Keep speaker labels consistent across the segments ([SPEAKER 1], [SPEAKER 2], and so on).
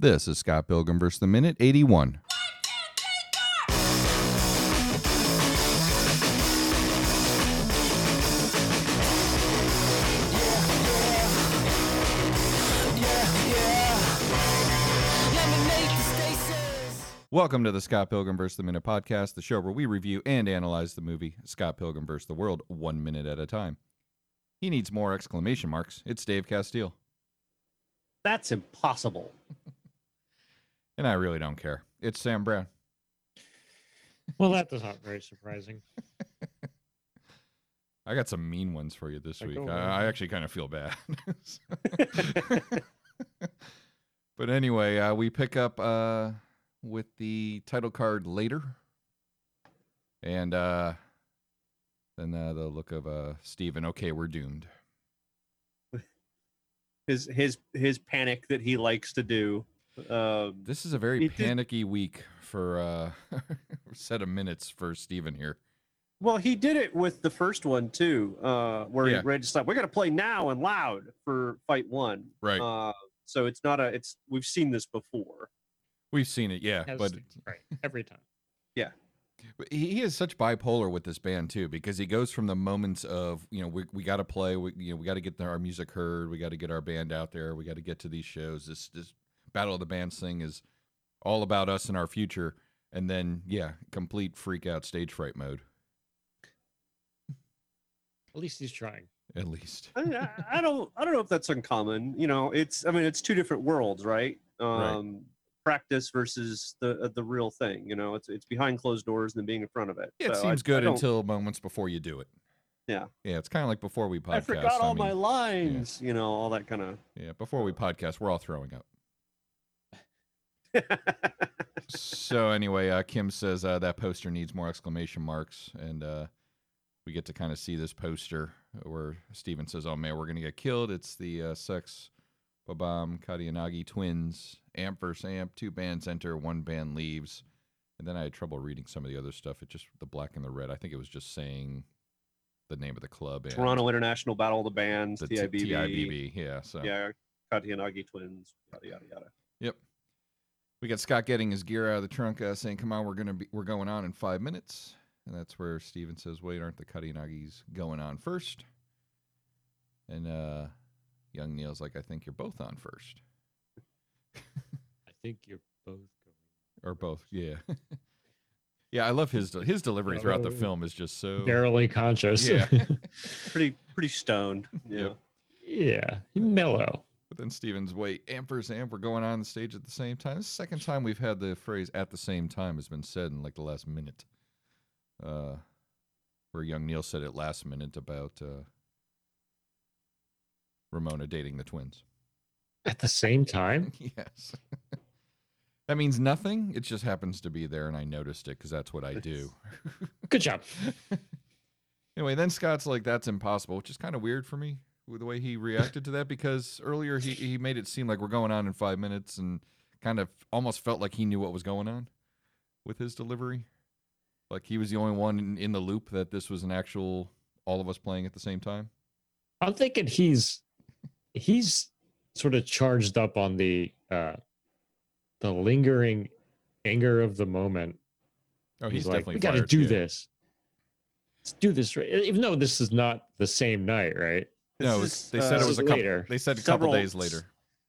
[SPEAKER 1] This is Scott Pilgrim versus the Minute 81. Welcome to the Scott Pilgrim vs. the Minute podcast, the show where we review and analyze the movie Scott Pilgrim vs. the World one minute at a time. He needs more exclamation marks. It's Dave Castile,
[SPEAKER 2] That's impossible.
[SPEAKER 1] and I really don't care. It's Sam Brown.
[SPEAKER 3] Well, that was not very surprising.
[SPEAKER 1] I got some mean ones for you this
[SPEAKER 3] I
[SPEAKER 1] week.
[SPEAKER 2] oh,
[SPEAKER 3] don't
[SPEAKER 1] I, I
[SPEAKER 3] know.
[SPEAKER 1] actually kind of feel bad. but anyway, uh, we pick up uh, with the title card later, and uh, then uh, the look of uh, Steven, Okay, we're doomed.
[SPEAKER 2] His his his panic that he likes to do. Um,
[SPEAKER 1] This is a very
[SPEAKER 2] It did-
[SPEAKER 1] panicky week for uh, set of minutes for Steven here.
[SPEAKER 2] well, he did it with the first one too, uh, where
[SPEAKER 1] Yeah.
[SPEAKER 2] he read stuff. We're gonna play now and loud for fight one.
[SPEAKER 1] Right,
[SPEAKER 2] Uh, so it's not a. It's we've seen this before.
[SPEAKER 1] we've seen it, yeah.
[SPEAKER 3] As-
[SPEAKER 1] But
[SPEAKER 3] right, every time.
[SPEAKER 1] But He he is such bipolar with this band too, because he goes from the moments of you know we we got to play, we you know we got to get our music heard, we got to get our band out there, we got to get to these shows. This this battle of the bands thing is all about us and our future, and then yeah, complete freak out stage fright mode.
[SPEAKER 3] At least he's trying.
[SPEAKER 1] At least
[SPEAKER 2] I, I- I don't. I don't know if that's uncommon. You know, it's. I mean, it's two different worlds, right? Um,
[SPEAKER 1] Right.
[SPEAKER 2] Practice versus the uh, the real thing. You know, it's it's behind closed doors and then being in front of it.
[SPEAKER 1] Yeah, it
[SPEAKER 2] So I-
[SPEAKER 1] seems
[SPEAKER 2] I
[SPEAKER 1] good
[SPEAKER 2] don't-
[SPEAKER 1] until moments before you do it.
[SPEAKER 2] Yeah.
[SPEAKER 1] yeah, it's kind of like before we podcast.
[SPEAKER 2] I forgot all my
[SPEAKER 1] mean,
[SPEAKER 2] lines. You know, all that kind of.
[SPEAKER 1] yeah before we podcast, we're all throwing up. so anyway, uh, Kim says uh, that poster needs more exclamation marks, and uh, we get to kind of see this poster where Steven says, "Oh man, we're gonna get killed." It's the uh, Sex Babam Kadianagi twins, amp versus amp. Two bands enter, one band leaves. And then I had trouble reading some of the other stuff. It just the black and the red. I think it was just saying the name of the club. and
[SPEAKER 2] Toronto International Battle of the Bands,
[SPEAKER 1] the T-
[SPEAKER 2] TIBB.
[SPEAKER 1] TIBB. Yeah. So
[SPEAKER 2] Yeah, Katianagi twins, yada yada yada.
[SPEAKER 1] We got Scott getting his gear out of the trunk, uh, saying, "Come on, we're gonna be, we're going on in five minutes." And that's where Steven says, "Wait, aren't the Kadianagis going on first? And uh, young Neil's like, "I think you're both on first,
[SPEAKER 3] I think you're both
[SPEAKER 1] or both, yeah." yeah, I love his de- his delivery throughout the
[SPEAKER 3] Oh.
[SPEAKER 1] film is just so
[SPEAKER 3] going barely conscious.
[SPEAKER 1] yeah.
[SPEAKER 2] Pretty pretty stoned. Yeah.
[SPEAKER 1] Yep.
[SPEAKER 3] yeah, mellow.
[SPEAKER 1] But then Steven's wait, amp versus amp, we're going on the stage at the same time. This is the second time we've had the phrase at the same time has been said in like the last minute. Uh where young Neil said it last minute about uh Ramona dating the twins.
[SPEAKER 3] At the same time,
[SPEAKER 1] yes. that means nothing. It just happens to be there and I noticed it because that's what I do.
[SPEAKER 3] good job.
[SPEAKER 1] anyway, then Scott's like, "That's impossible," which is kind of weird for me with the way he reacted to that because earlier he he made it seem like we're going on in five minutes and kind of almost felt like he knew what was going on with his delivery, like he was the only one in, in the loop that this was an actual all of us playing at the same time.
[SPEAKER 3] I'm thinking he's he's sort of charged up on the uh the lingering anger of the moment.
[SPEAKER 1] Oh,
[SPEAKER 3] he's, like, we got to
[SPEAKER 1] fired,
[SPEAKER 3] do
[SPEAKER 1] yeah.
[SPEAKER 3] this. Let's do this right. E-, Even though this is not the same night, right?
[SPEAKER 1] No, it's-
[SPEAKER 2] This is,
[SPEAKER 1] they said it
[SPEAKER 3] uh,
[SPEAKER 1] was a couple.
[SPEAKER 3] later.
[SPEAKER 1] They said a couple
[SPEAKER 2] Several-
[SPEAKER 1] days later.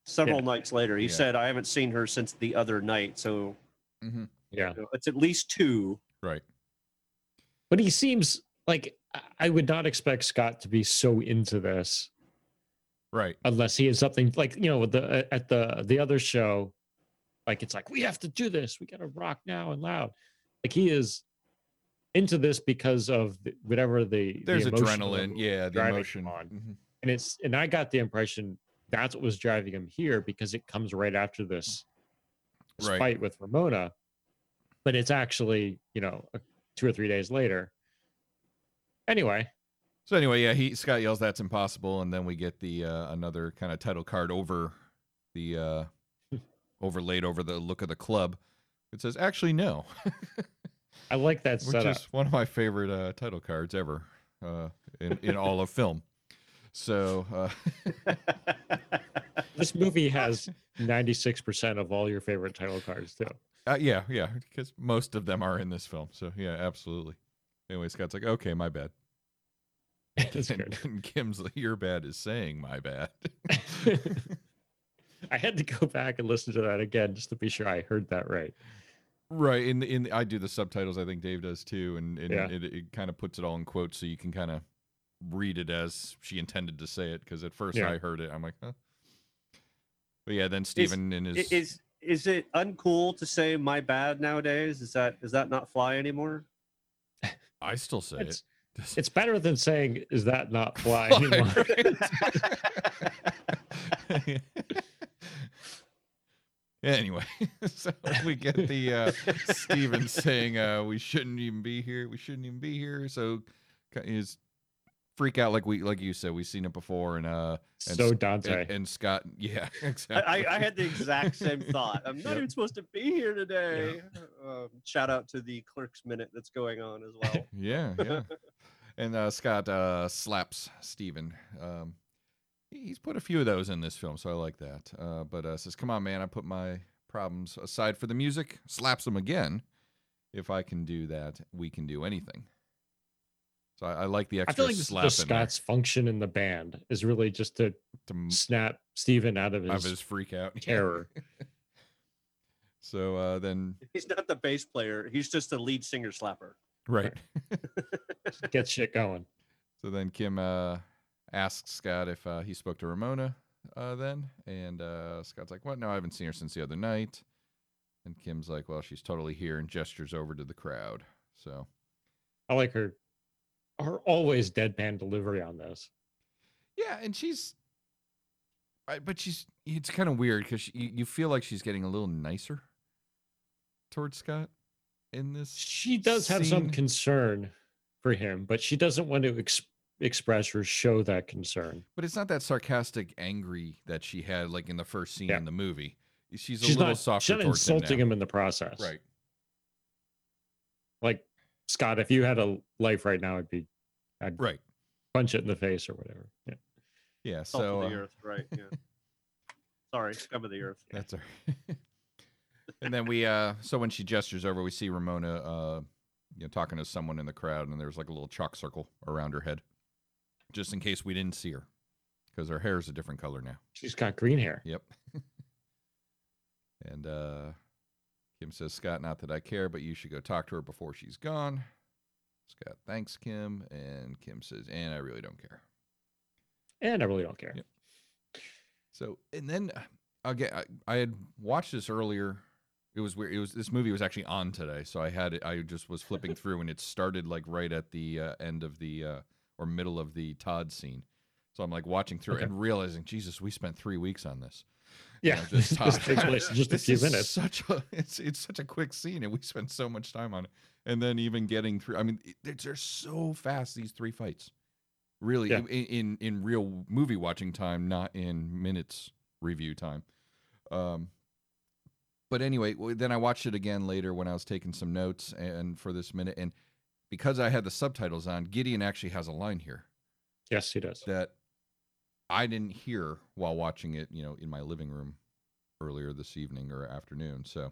[SPEAKER 2] several
[SPEAKER 3] yeah.
[SPEAKER 2] nights later. He
[SPEAKER 1] Yeah.
[SPEAKER 2] said, "I haven't seen her since the other night, so
[SPEAKER 1] hmm
[SPEAKER 3] Yeah.
[SPEAKER 2] you know, it's at least two.
[SPEAKER 1] Right.
[SPEAKER 3] but he seems like I- I would not expect Scott to be so into this
[SPEAKER 1] Right.
[SPEAKER 3] unless he is something like you know with the uh, at the the other show, like it's like we have to do this, we got to rock now and loud. Like he is into this because of the, whatever the the
[SPEAKER 1] There's
[SPEAKER 3] emotion level
[SPEAKER 1] adrenaline. Yeah, the
[SPEAKER 3] driving
[SPEAKER 1] emotion.
[SPEAKER 3] on.
[SPEAKER 1] Mhm.
[SPEAKER 3] and it's and I got the impression that's what was driving him here because it comes right after this, this
[SPEAKER 1] Right.
[SPEAKER 3] fight with Ramona, but it's actually you know a- two or three days later. Anyway,
[SPEAKER 1] So anyway, yeah, he Scott yells that's impossible, and then we get the uh, another kind of title card over the uh, overlaid over the look of the club. It says actually no,
[SPEAKER 3] I like that
[SPEAKER 1] which
[SPEAKER 3] setup.
[SPEAKER 1] is one of my favorite uh, title cards ever uh, in in all of film. So uh,
[SPEAKER 3] This movie has 96% of all your favorite title cards, too.
[SPEAKER 1] Uh, yeah, yeah, because most of them are in this film. So yeah, absolutely. Anyway, Scott's like, okay, my bad.
[SPEAKER 3] That's
[SPEAKER 1] and,
[SPEAKER 3] good.
[SPEAKER 1] and Kim's like, your bad is saying my bad.
[SPEAKER 3] I had to go back and listen to that again just to be sure I heard that right.
[SPEAKER 1] right. In in I do the subtitles. I think Dave does too, and, and
[SPEAKER 3] Yeah.
[SPEAKER 1] it, it kind of puts it all in quotes, so you can kind of read it as she intended to say it. Because at first
[SPEAKER 3] Yeah.
[SPEAKER 1] I heard it, I'm like, huh. But yeah, then Steven in
[SPEAKER 2] I-
[SPEAKER 1] his
[SPEAKER 2] Is is it uncool to say my bad nowadays? Is that is that not fly anymore?
[SPEAKER 1] I still say
[SPEAKER 3] It's,
[SPEAKER 1] it.
[SPEAKER 3] it's better than saying, Is that not fly
[SPEAKER 1] Fly,
[SPEAKER 3] anymore?
[SPEAKER 1] right? anyway, so we get the uh, Steven saying uh, we shouldn't even be here. We shouldn't even be here. So ki- is freak out like we like you said we've seen it before and uh and
[SPEAKER 3] so
[SPEAKER 1] s-
[SPEAKER 3] Dante.
[SPEAKER 1] and, and Scott yeah
[SPEAKER 2] I,
[SPEAKER 1] exactly
[SPEAKER 2] I I had the exact same thought. I'm not
[SPEAKER 1] Yep.
[SPEAKER 2] even supposed to be here today. Um, shout out to the clerk's minute that's going on as well.
[SPEAKER 1] yeah yeah and uh, Scott uh, slaps Steven um, he- he's put a few of those in this film so I like that uh, but uh, says come on man I put my problems aside for the music slaps him again if I can do that we can do anything so I, I like the
[SPEAKER 3] I
[SPEAKER 1] extra
[SPEAKER 3] feel like this is
[SPEAKER 1] slap
[SPEAKER 3] just
[SPEAKER 1] in there
[SPEAKER 3] Scott's function in the band is really just to
[SPEAKER 1] to m-
[SPEAKER 3] snap Steven out of his,
[SPEAKER 1] of his freak out Yeah.
[SPEAKER 3] terror.
[SPEAKER 1] so uh, then
[SPEAKER 2] He's not the bass player. He's just the lead singer slapper.
[SPEAKER 1] right
[SPEAKER 3] Get shit going.
[SPEAKER 1] So then Kim uh, asks Scott if uh, he spoke to Ramona uh, then. And uh, Scott's like, What? No, I haven't seen her since the other night. And Kim's like, Well, she's totally here and gestures over to the crowd. So,
[SPEAKER 3] I like her her always deadpan delivery on this.
[SPEAKER 1] yeah. And she's, I, but she's, it's kind of weird because you, you feel like she's getting a little nicer towards Scott in this.
[SPEAKER 3] She does have some
[SPEAKER 1] Scene.
[SPEAKER 3] concern for him, but she doesn't want to ex- express or show that concern.
[SPEAKER 1] But it's not that sarcastic, angry that she had like in the first scene
[SPEAKER 3] Yeah.
[SPEAKER 1] in the movie. She's a
[SPEAKER 3] she's
[SPEAKER 1] little
[SPEAKER 3] not,
[SPEAKER 1] softer
[SPEAKER 3] she's not
[SPEAKER 1] towards
[SPEAKER 3] insulting
[SPEAKER 1] him,
[SPEAKER 3] him in the process.
[SPEAKER 1] now. Right.
[SPEAKER 3] Like Scott, if you had a life right now, it'd be I'd
[SPEAKER 1] Right.
[SPEAKER 3] punch it in the face or whatever. Yeah.
[SPEAKER 1] Yeah.
[SPEAKER 2] Salt
[SPEAKER 1] So,
[SPEAKER 2] of
[SPEAKER 1] uh,
[SPEAKER 2] the earth, right? Yeah. Sorry, scum of the earth.
[SPEAKER 1] That's her. and then we uh so when she gestures over, we see Ramona uh you know talking to someone in the crowd and there's like a little chalk circle around her head. Just in case we didn't see her. Because her hair is a different color now.
[SPEAKER 3] She's got green hair.
[SPEAKER 1] Yep. and uh Kim says, Scott, not that I care, but you should go talk to her before she's gone. Scott thanks Kim, and Kim says, and I really don't care.
[SPEAKER 3] And I really don't care.
[SPEAKER 1] Yep. So, and then uh, again, I, I had watched this earlier. It was weird. It was this movie was actually on today, so I had it. I just was flipping through, and it started like right at the uh, end of the uh, or middle of the Todd scene. So I'm like watching through it
[SPEAKER 3] Okay.
[SPEAKER 1] and realizing, Jesus, we spent three weeks on this. You know,
[SPEAKER 3] Yeah.
[SPEAKER 1] this
[SPEAKER 3] This,
[SPEAKER 1] Todd.
[SPEAKER 3] takes place in just a
[SPEAKER 1] This
[SPEAKER 3] few
[SPEAKER 1] is
[SPEAKER 3] minutes.
[SPEAKER 1] Such a it's it's such a quick scene, and we spent so much time on it. And then even getting through, I mean, it, it's- they're so fast. These three fights, really,
[SPEAKER 3] Yeah.
[SPEAKER 1] in, in in real movie watching time, not in minutes review time. Um, but anyway, w- then I watched it again later when I was taking some notes and for this minute, and because I had the subtitles on, Gideon actually has a line here
[SPEAKER 3] Yes, he does.
[SPEAKER 1] that I didn't hear while watching it, you know, in my living room earlier this evening or afternoon. So,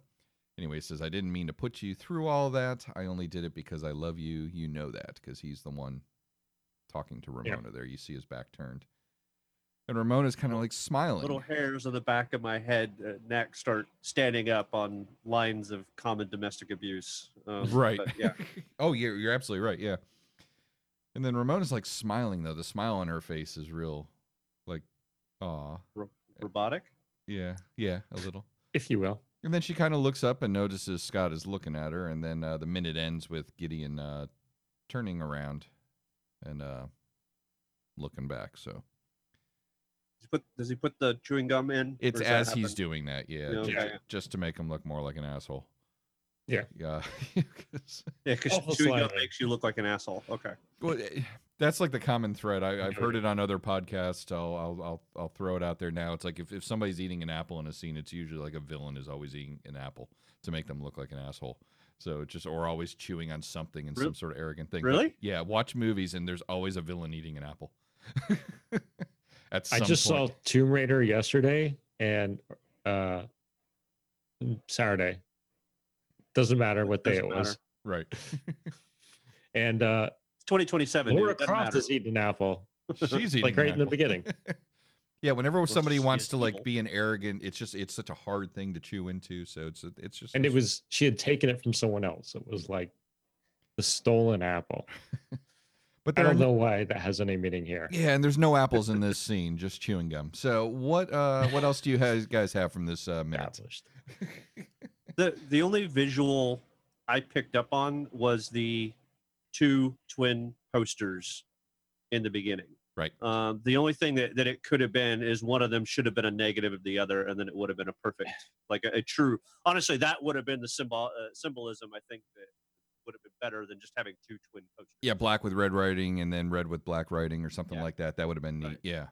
[SPEAKER 1] anyway, it says, I didn't mean to put you through all that. I only did it because I love you. You know that because he's the one talking to
[SPEAKER 3] Yeah.
[SPEAKER 1] Ramona there. You see his back turned. And Ramona's kind of like smiling.
[SPEAKER 2] Little hairs on the back of my head, uh, neck start standing up on lines of common domestic abuse. Um,
[SPEAKER 1] right.
[SPEAKER 2] but yeah.
[SPEAKER 1] oh, yeah, you're absolutely right. Yeah. And then Ramona's like smiling, though. The smile on her face is real, like, aw.
[SPEAKER 2] Robotic.
[SPEAKER 1] Yeah. Yeah. A little.
[SPEAKER 3] If you will.
[SPEAKER 1] And then she kind of looks up and notices Scott is looking at her. And then uh, the minute ends with Gideon uh, turning around and uh, looking back. So
[SPEAKER 2] Does he put, does he put the chewing gum in?
[SPEAKER 1] it's
[SPEAKER 2] or does
[SPEAKER 1] as
[SPEAKER 2] that
[SPEAKER 1] he's
[SPEAKER 2] happen?
[SPEAKER 1] doing that, yeah,
[SPEAKER 2] Yeah,
[SPEAKER 1] ju-
[SPEAKER 2] okay.
[SPEAKER 1] ju- just to make him look more like an asshole.
[SPEAKER 3] Yeah.
[SPEAKER 1] yeah. 'cause-
[SPEAKER 2] Yeah, because
[SPEAKER 3] Awful
[SPEAKER 2] chewing gum
[SPEAKER 3] slightly.
[SPEAKER 2] makes you look like an asshole. Okay.
[SPEAKER 1] well, eh, that's like the common thread. I, I've
[SPEAKER 3] Yeah.
[SPEAKER 1] heard it on other podcasts. I'll, I'll I'll I'll throw it out there now. It's like if, if somebody's eating an apple in a scene, it's usually like a villain is always eating an apple to make them look like an asshole. So it's just or always chewing on something and
[SPEAKER 2] Re-
[SPEAKER 1] some sort of arrogant thing. But
[SPEAKER 2] Really?
[SPEAKER 1] Yeah, watch movies and there's always a villain eating an apple. At
[SPEAKER 3] I
[SPEAKER 1] some
[SPEAKER 3] just
[SPEAKER 1] point.
[SPEAKER 3] saw Tomb Raider yesterday and uh Saturday. Doesn't matter what day
[SPEAKER 2] Doesn't
[SPEAKER 3] it was.
[SPEAKER 2] matter.
[SPEAKER 1] right.
[SPEAKER 3] And uh
[SPEAKER 2] 2027.
[SPEAKER 3] Laura
[SPEAKER 2] Dude, doesn't
[SPEAKER 3] Croft
[SPEAKER 2] matter.
[SPEAKER 3] is eating an apple.
[SPEAKER 1] She's eating
[SPEAKER 3] like right in the
[SPEAKER 1] apple.
[SPEAKER 3] beginning.
[SPEAKER 1] Yeah, whenever somebody
[SPEAKER 2] she
[SPEAKER 1] wants
[SPEAKER 2] is
[SPEAKER 1] to like
[SPEAKER 2] evil.
[SPEAKER 1] be an arrogant, it's just it's such a hard thing to chew into. So it's it's just
[SPEAKER 3] And it was she had taken it from someone else. It was like the stolen apple.
[SPEAKER 1] But
[SPEAKER 3] I
[SPEAKER 1] there are
[SPEAKER 3] don't
[SPEAKER 1] no,
[SPEAKER 3] know why that has any meaning here.
[SPEAKER 1] yeah, and there's no apples in this scene, just chewing gum. So what uh what else do you has- guys have from this uh minute?
[SPEAKER 3] Established.
[SPEAKER 2] the the only visual I picked up on was the two twin posters in the beginning.
[SPEAKER 1] Right.
[SPEAKER 2] Um, the only thing that, that it could have been is one of them should have been a negative of the other, and then it would have been a perfect, like a, a true. Honestly, that would have been the symbol uh, symbolism. I think that would have been better than just having two twin posters.
[SPEAKER 1] Yeah, black with red writing and then red with black writing or something
[SPEAKER 2] Yeah.
[SPEAKER 1] like that. That would have been neat.
[SPEAKER 2] Right.
[SPEAKER 1] Yeah.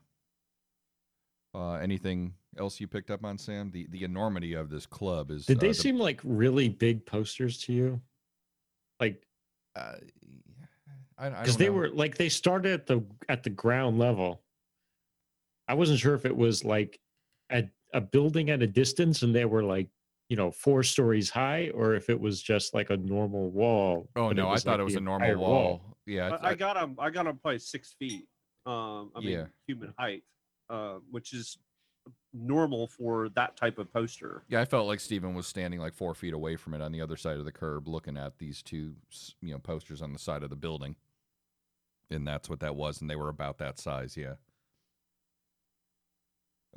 [SPEAKER 1] Uh anything else you picked up on, Sam? The the enormity of this club is
[SPEAKER 3] Did
[SPEAKER 1] uh,
[SPEAKER 3] they
[SPEAKER 1] the-
[SPEAKER 3] seem like really big posters to you? Like
[SPEAKER 1] uh, I, I
[SPEAKER 3] because
[SPEAKER 1] don't
[SPEAKER 3] they
[SPEAKER 1] know.
[SPEAKER 3] were like they started at the at the ground level. I wasn't sure if it was like a a building at a distance and they were like you know four stories high or if it was just like a normal wall.
[SPEAKER 1] Oh
[SPEAKER 3] but
[SPEAKER 1] no, I
[SPEAKER 3] was,
[SPEAKER 1] thought
[SPEAKER 3] like,
[SPEAKER 1] it was
[SPEAKER 3] the
[SPEAKER 1] a normal
[SPEAKER 3] entire
[SPEAKER 1] wall. Yeah,
[SPEAKER 2] I, I got him. I got him probably six feet. Um, I mean,
[SPEAKER 1] Yeah.
[SPEAKER 2] human height, uh, which is normal for that type of poster.
[SPEAKER 1] Yeah, I felt like Steven was standing like four feet away from it on the other side of the curb, looking at these two, s- you know, posters on the side of the building, and that's what that was, and they were about that size. Yeah.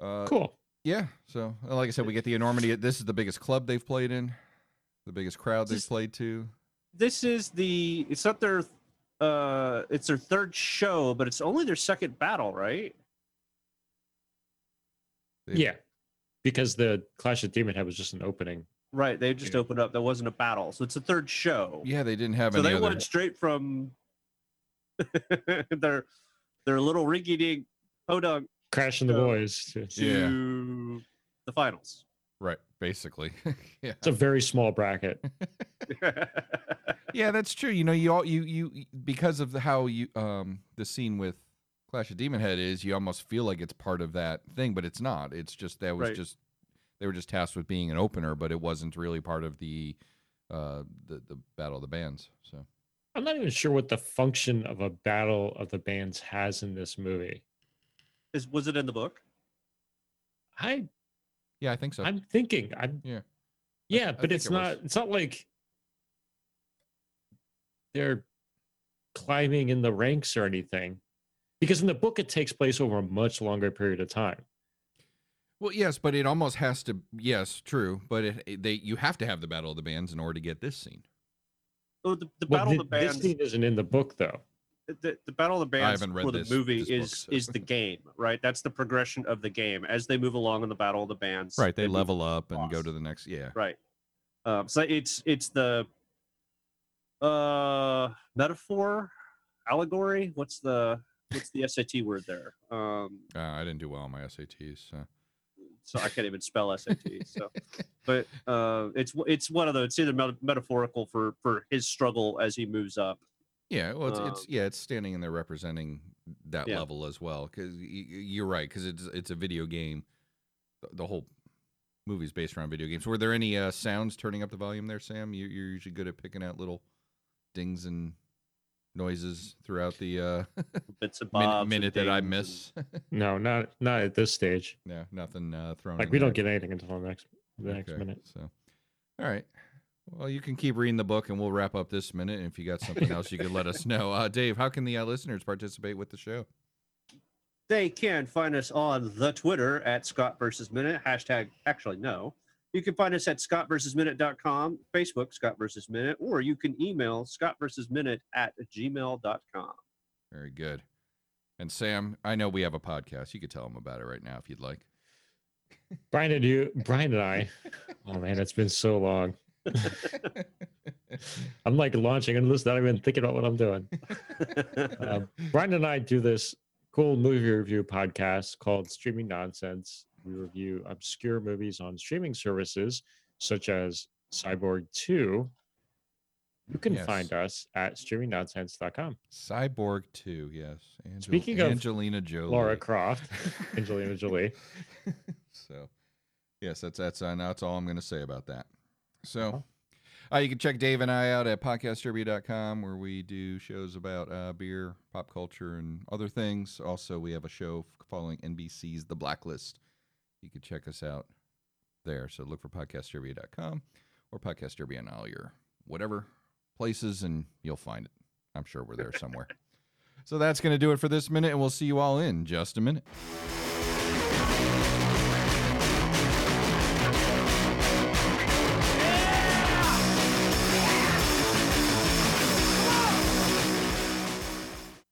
[SPEAKER 1] Uh,
[SPEAKER 3] Cool.
[SPEAKER 1] Yeah. So, uh, like I said, we get the enormity. This is the biggest club they've played in, the biggest crowd they've
[SPEAKER 2] Just-
[SPEAKER 1] played to.
[SPEAKER 2] This is the. It's not their. Uh, it's their third show, but it's only their second battle, right?
[SPEAKER 1] They've-
[SPEAKER 3] yeah, because the Clash of Demon Head was just an opening.
[SPEAKER 2] Right. They just
[SPEAKER 3] Yeah.
[SPEAKER 2] opened up. That wasn't a battle, so it's a third show.
[SPEAKER 1] Yeah, they didn't have
[SPEAKER 2] So
[SPEAKER 1] any
[SPEAKER 2] they
[SPEAKER 1] other.
[SPEAKER 2] went straight from their their little rinky dink podunk
[SPEAKER 3] Crash and the
[SPEAKER 2] So-
[SPEAKER 3] Boys. too. It's
[SPEAKER 2] to
[SPEAKER 1] Yeah.
[SPEAKER 2] the finals.
[SPEAKER 1] Right. Basically. yeah.
[SPEAKER 3] a very small bracket.
[SPEAKER 1] yeah, that's true. You know, you all you you y- because of the, how you um the scene with Clash of Demon Head is, you almost feel like it's part of that thing, but it's not. It's just that was
[SPEAKER 2] Right.
[SPEAKER 1] just they were just tasked with being an opener, but it wasn't really part of the uh the the battle of the bands. So
[SPEAKER 3] I'm not even sure what the function of a battle of the bands has in this movie.
[SPEAKER 2] Is was it in the book?
[SPEAKER 3] I
[SPEAKER 1] yeah, I think so.
[SPEAKER 3] I'm thinking I'm
[SPEAKER 1] Yeah. I-
[SPEAKER 3] yeah,
[SPEAKER 1] I
[SPEAKER 3] but
[SPEAKER 1] think
[SPEAKER 3] it's
[SPEAKER 1] it was.
[SPEAKER 3] not it's not like they're climbing in the ranks or anything because in the book it takes place over a much longer period of time.
[SPEAKER 1] well, yes, but it almost has to. Yes, true, but it, it- they you have to have the battle of the bands in order to get this scene.
[SPEAKER 2] Oh, the, the
[SPEAKER 3] Well,
[SPEAKER 2] battle of
[SPEAKER 3] thi-
[SPEAKER 2] the bands.
[SPEAKER 3] This scene isn't in the book though.
[SPEAKER 2] the, the battle of the
[SPEAKER 1] I
[SPEAKER 2] bands
[SPEAKER 1] haven't read
[SPEAKER 2] for the
[SPEAKER 1] this-
[SPEAKER 2] movie
[SPEAKER 1] this book,
[SPEAKER 2] is
[SPEAKER 1] so.
[SPEAKER 2] is the game, right? That's the progression of the game as they move along in the battle of the bands.
[SPEAKER 1] Right, they
[SPEAKER 2] move-
[SPEAKER 1] level up and go
[SPEAKER 2] boss.
[SPEAKER 1] to the next. Yeah,
[SPEAKER 2] Right. Um, so it's it's the uh metaphor, allegory. What's the what's the SAT word there? Um,
[SPEAKER 1] uh, I didn't do well on my SATs. So.
[SPEAKER 2] so I can't even spell SAT. So, but uh, it's it's one of the it's either meta- metaphorical for for his struggle as he moves up.
[SPEAKER 1] Yeah, well, it's,
[SPEAKER 2] Um,
[SPEAKER 1] it's yeah, it's standing in there representing that
[SPEAKER 2] Yeah.
[SPEAKER 1] level as well. Because you're right, because it's it's a video game. Th- The whole movie's based around video games. Were there any uh, sounds turning up the volume there, Sam? You, you're usually good at picking out little dings and noises throughout the uh,
[SPEAKER 2] Bits and
[SPEAKER 1] min-
[SPEAKER 2] bobs. and
[SPEAKER 1] minute that I
[SPEAKER 2] dings and-
[SPEAKER 1] miss.
[SPEAKER 3] No, not not at this stage.
[SPEAKER 1] no, nothing uh, thrown.
[SPEAKER 3] Like
[SPEAKER 1] in
[SPEAKER 3] we
[SPEAKER 1] there.
[SPEAKER 3] don't get anything until the next the next
[SPEAKER 1] Okay,
[SPEAKER 3] minute.
[SPEAKER 1] So, all right. Well, you can keep reading the book, and we'll wrap up this minute. And if you got something else, you could let us know. Uh, Dave, how can the uh, listeners participate with the show?
[SPEAKER 2] They can find us on the Twitter at Scott versus Minute. Hashtag actually no. You can find us at scottversusminute.com, Facebook Scott versus Minute, or you can email Scott versus Minute at gmail.com.
[SPEAKER 1] Very good. And Sam, I know we have a podcast. You could tell them about it right now if you'd like.
[SPEAKER 3] Brian and you Brian and I oh man, it's been so long. I'm like launching into this, not even thinking about what I'm doing. Uh, Brian and I do this cool movie review podcast called Streaming Nonsense. We review obscure movies on streaming services such as Cyborg 2, You can
[SPEAKER 1] Yes.
[SPEAKER 3] find us at streamingnonsense.com.
[SPEAKER 1] Cyborg 2, yes. Angel-
[SPEAKER 3] Speaking of
[SPEAKER 1] Angelina Jolie.
[SPEAKER 3] Laura Croft, Angelina Jolie.
[SPEAKER 1] so yes that's that's uh, now that's all i'm going to say about that so uh, you can check dave and i out at podcastderby.com where we do shows about uh, beer pop culture and other things also we have a show following nbc's the blacklist you can check us out there so look for podcastderby.com or podcast derby on all your whatever places and you'll find it i'm sure we're there somewhere so that's going to do it for this minute and we'll see you all in just a minute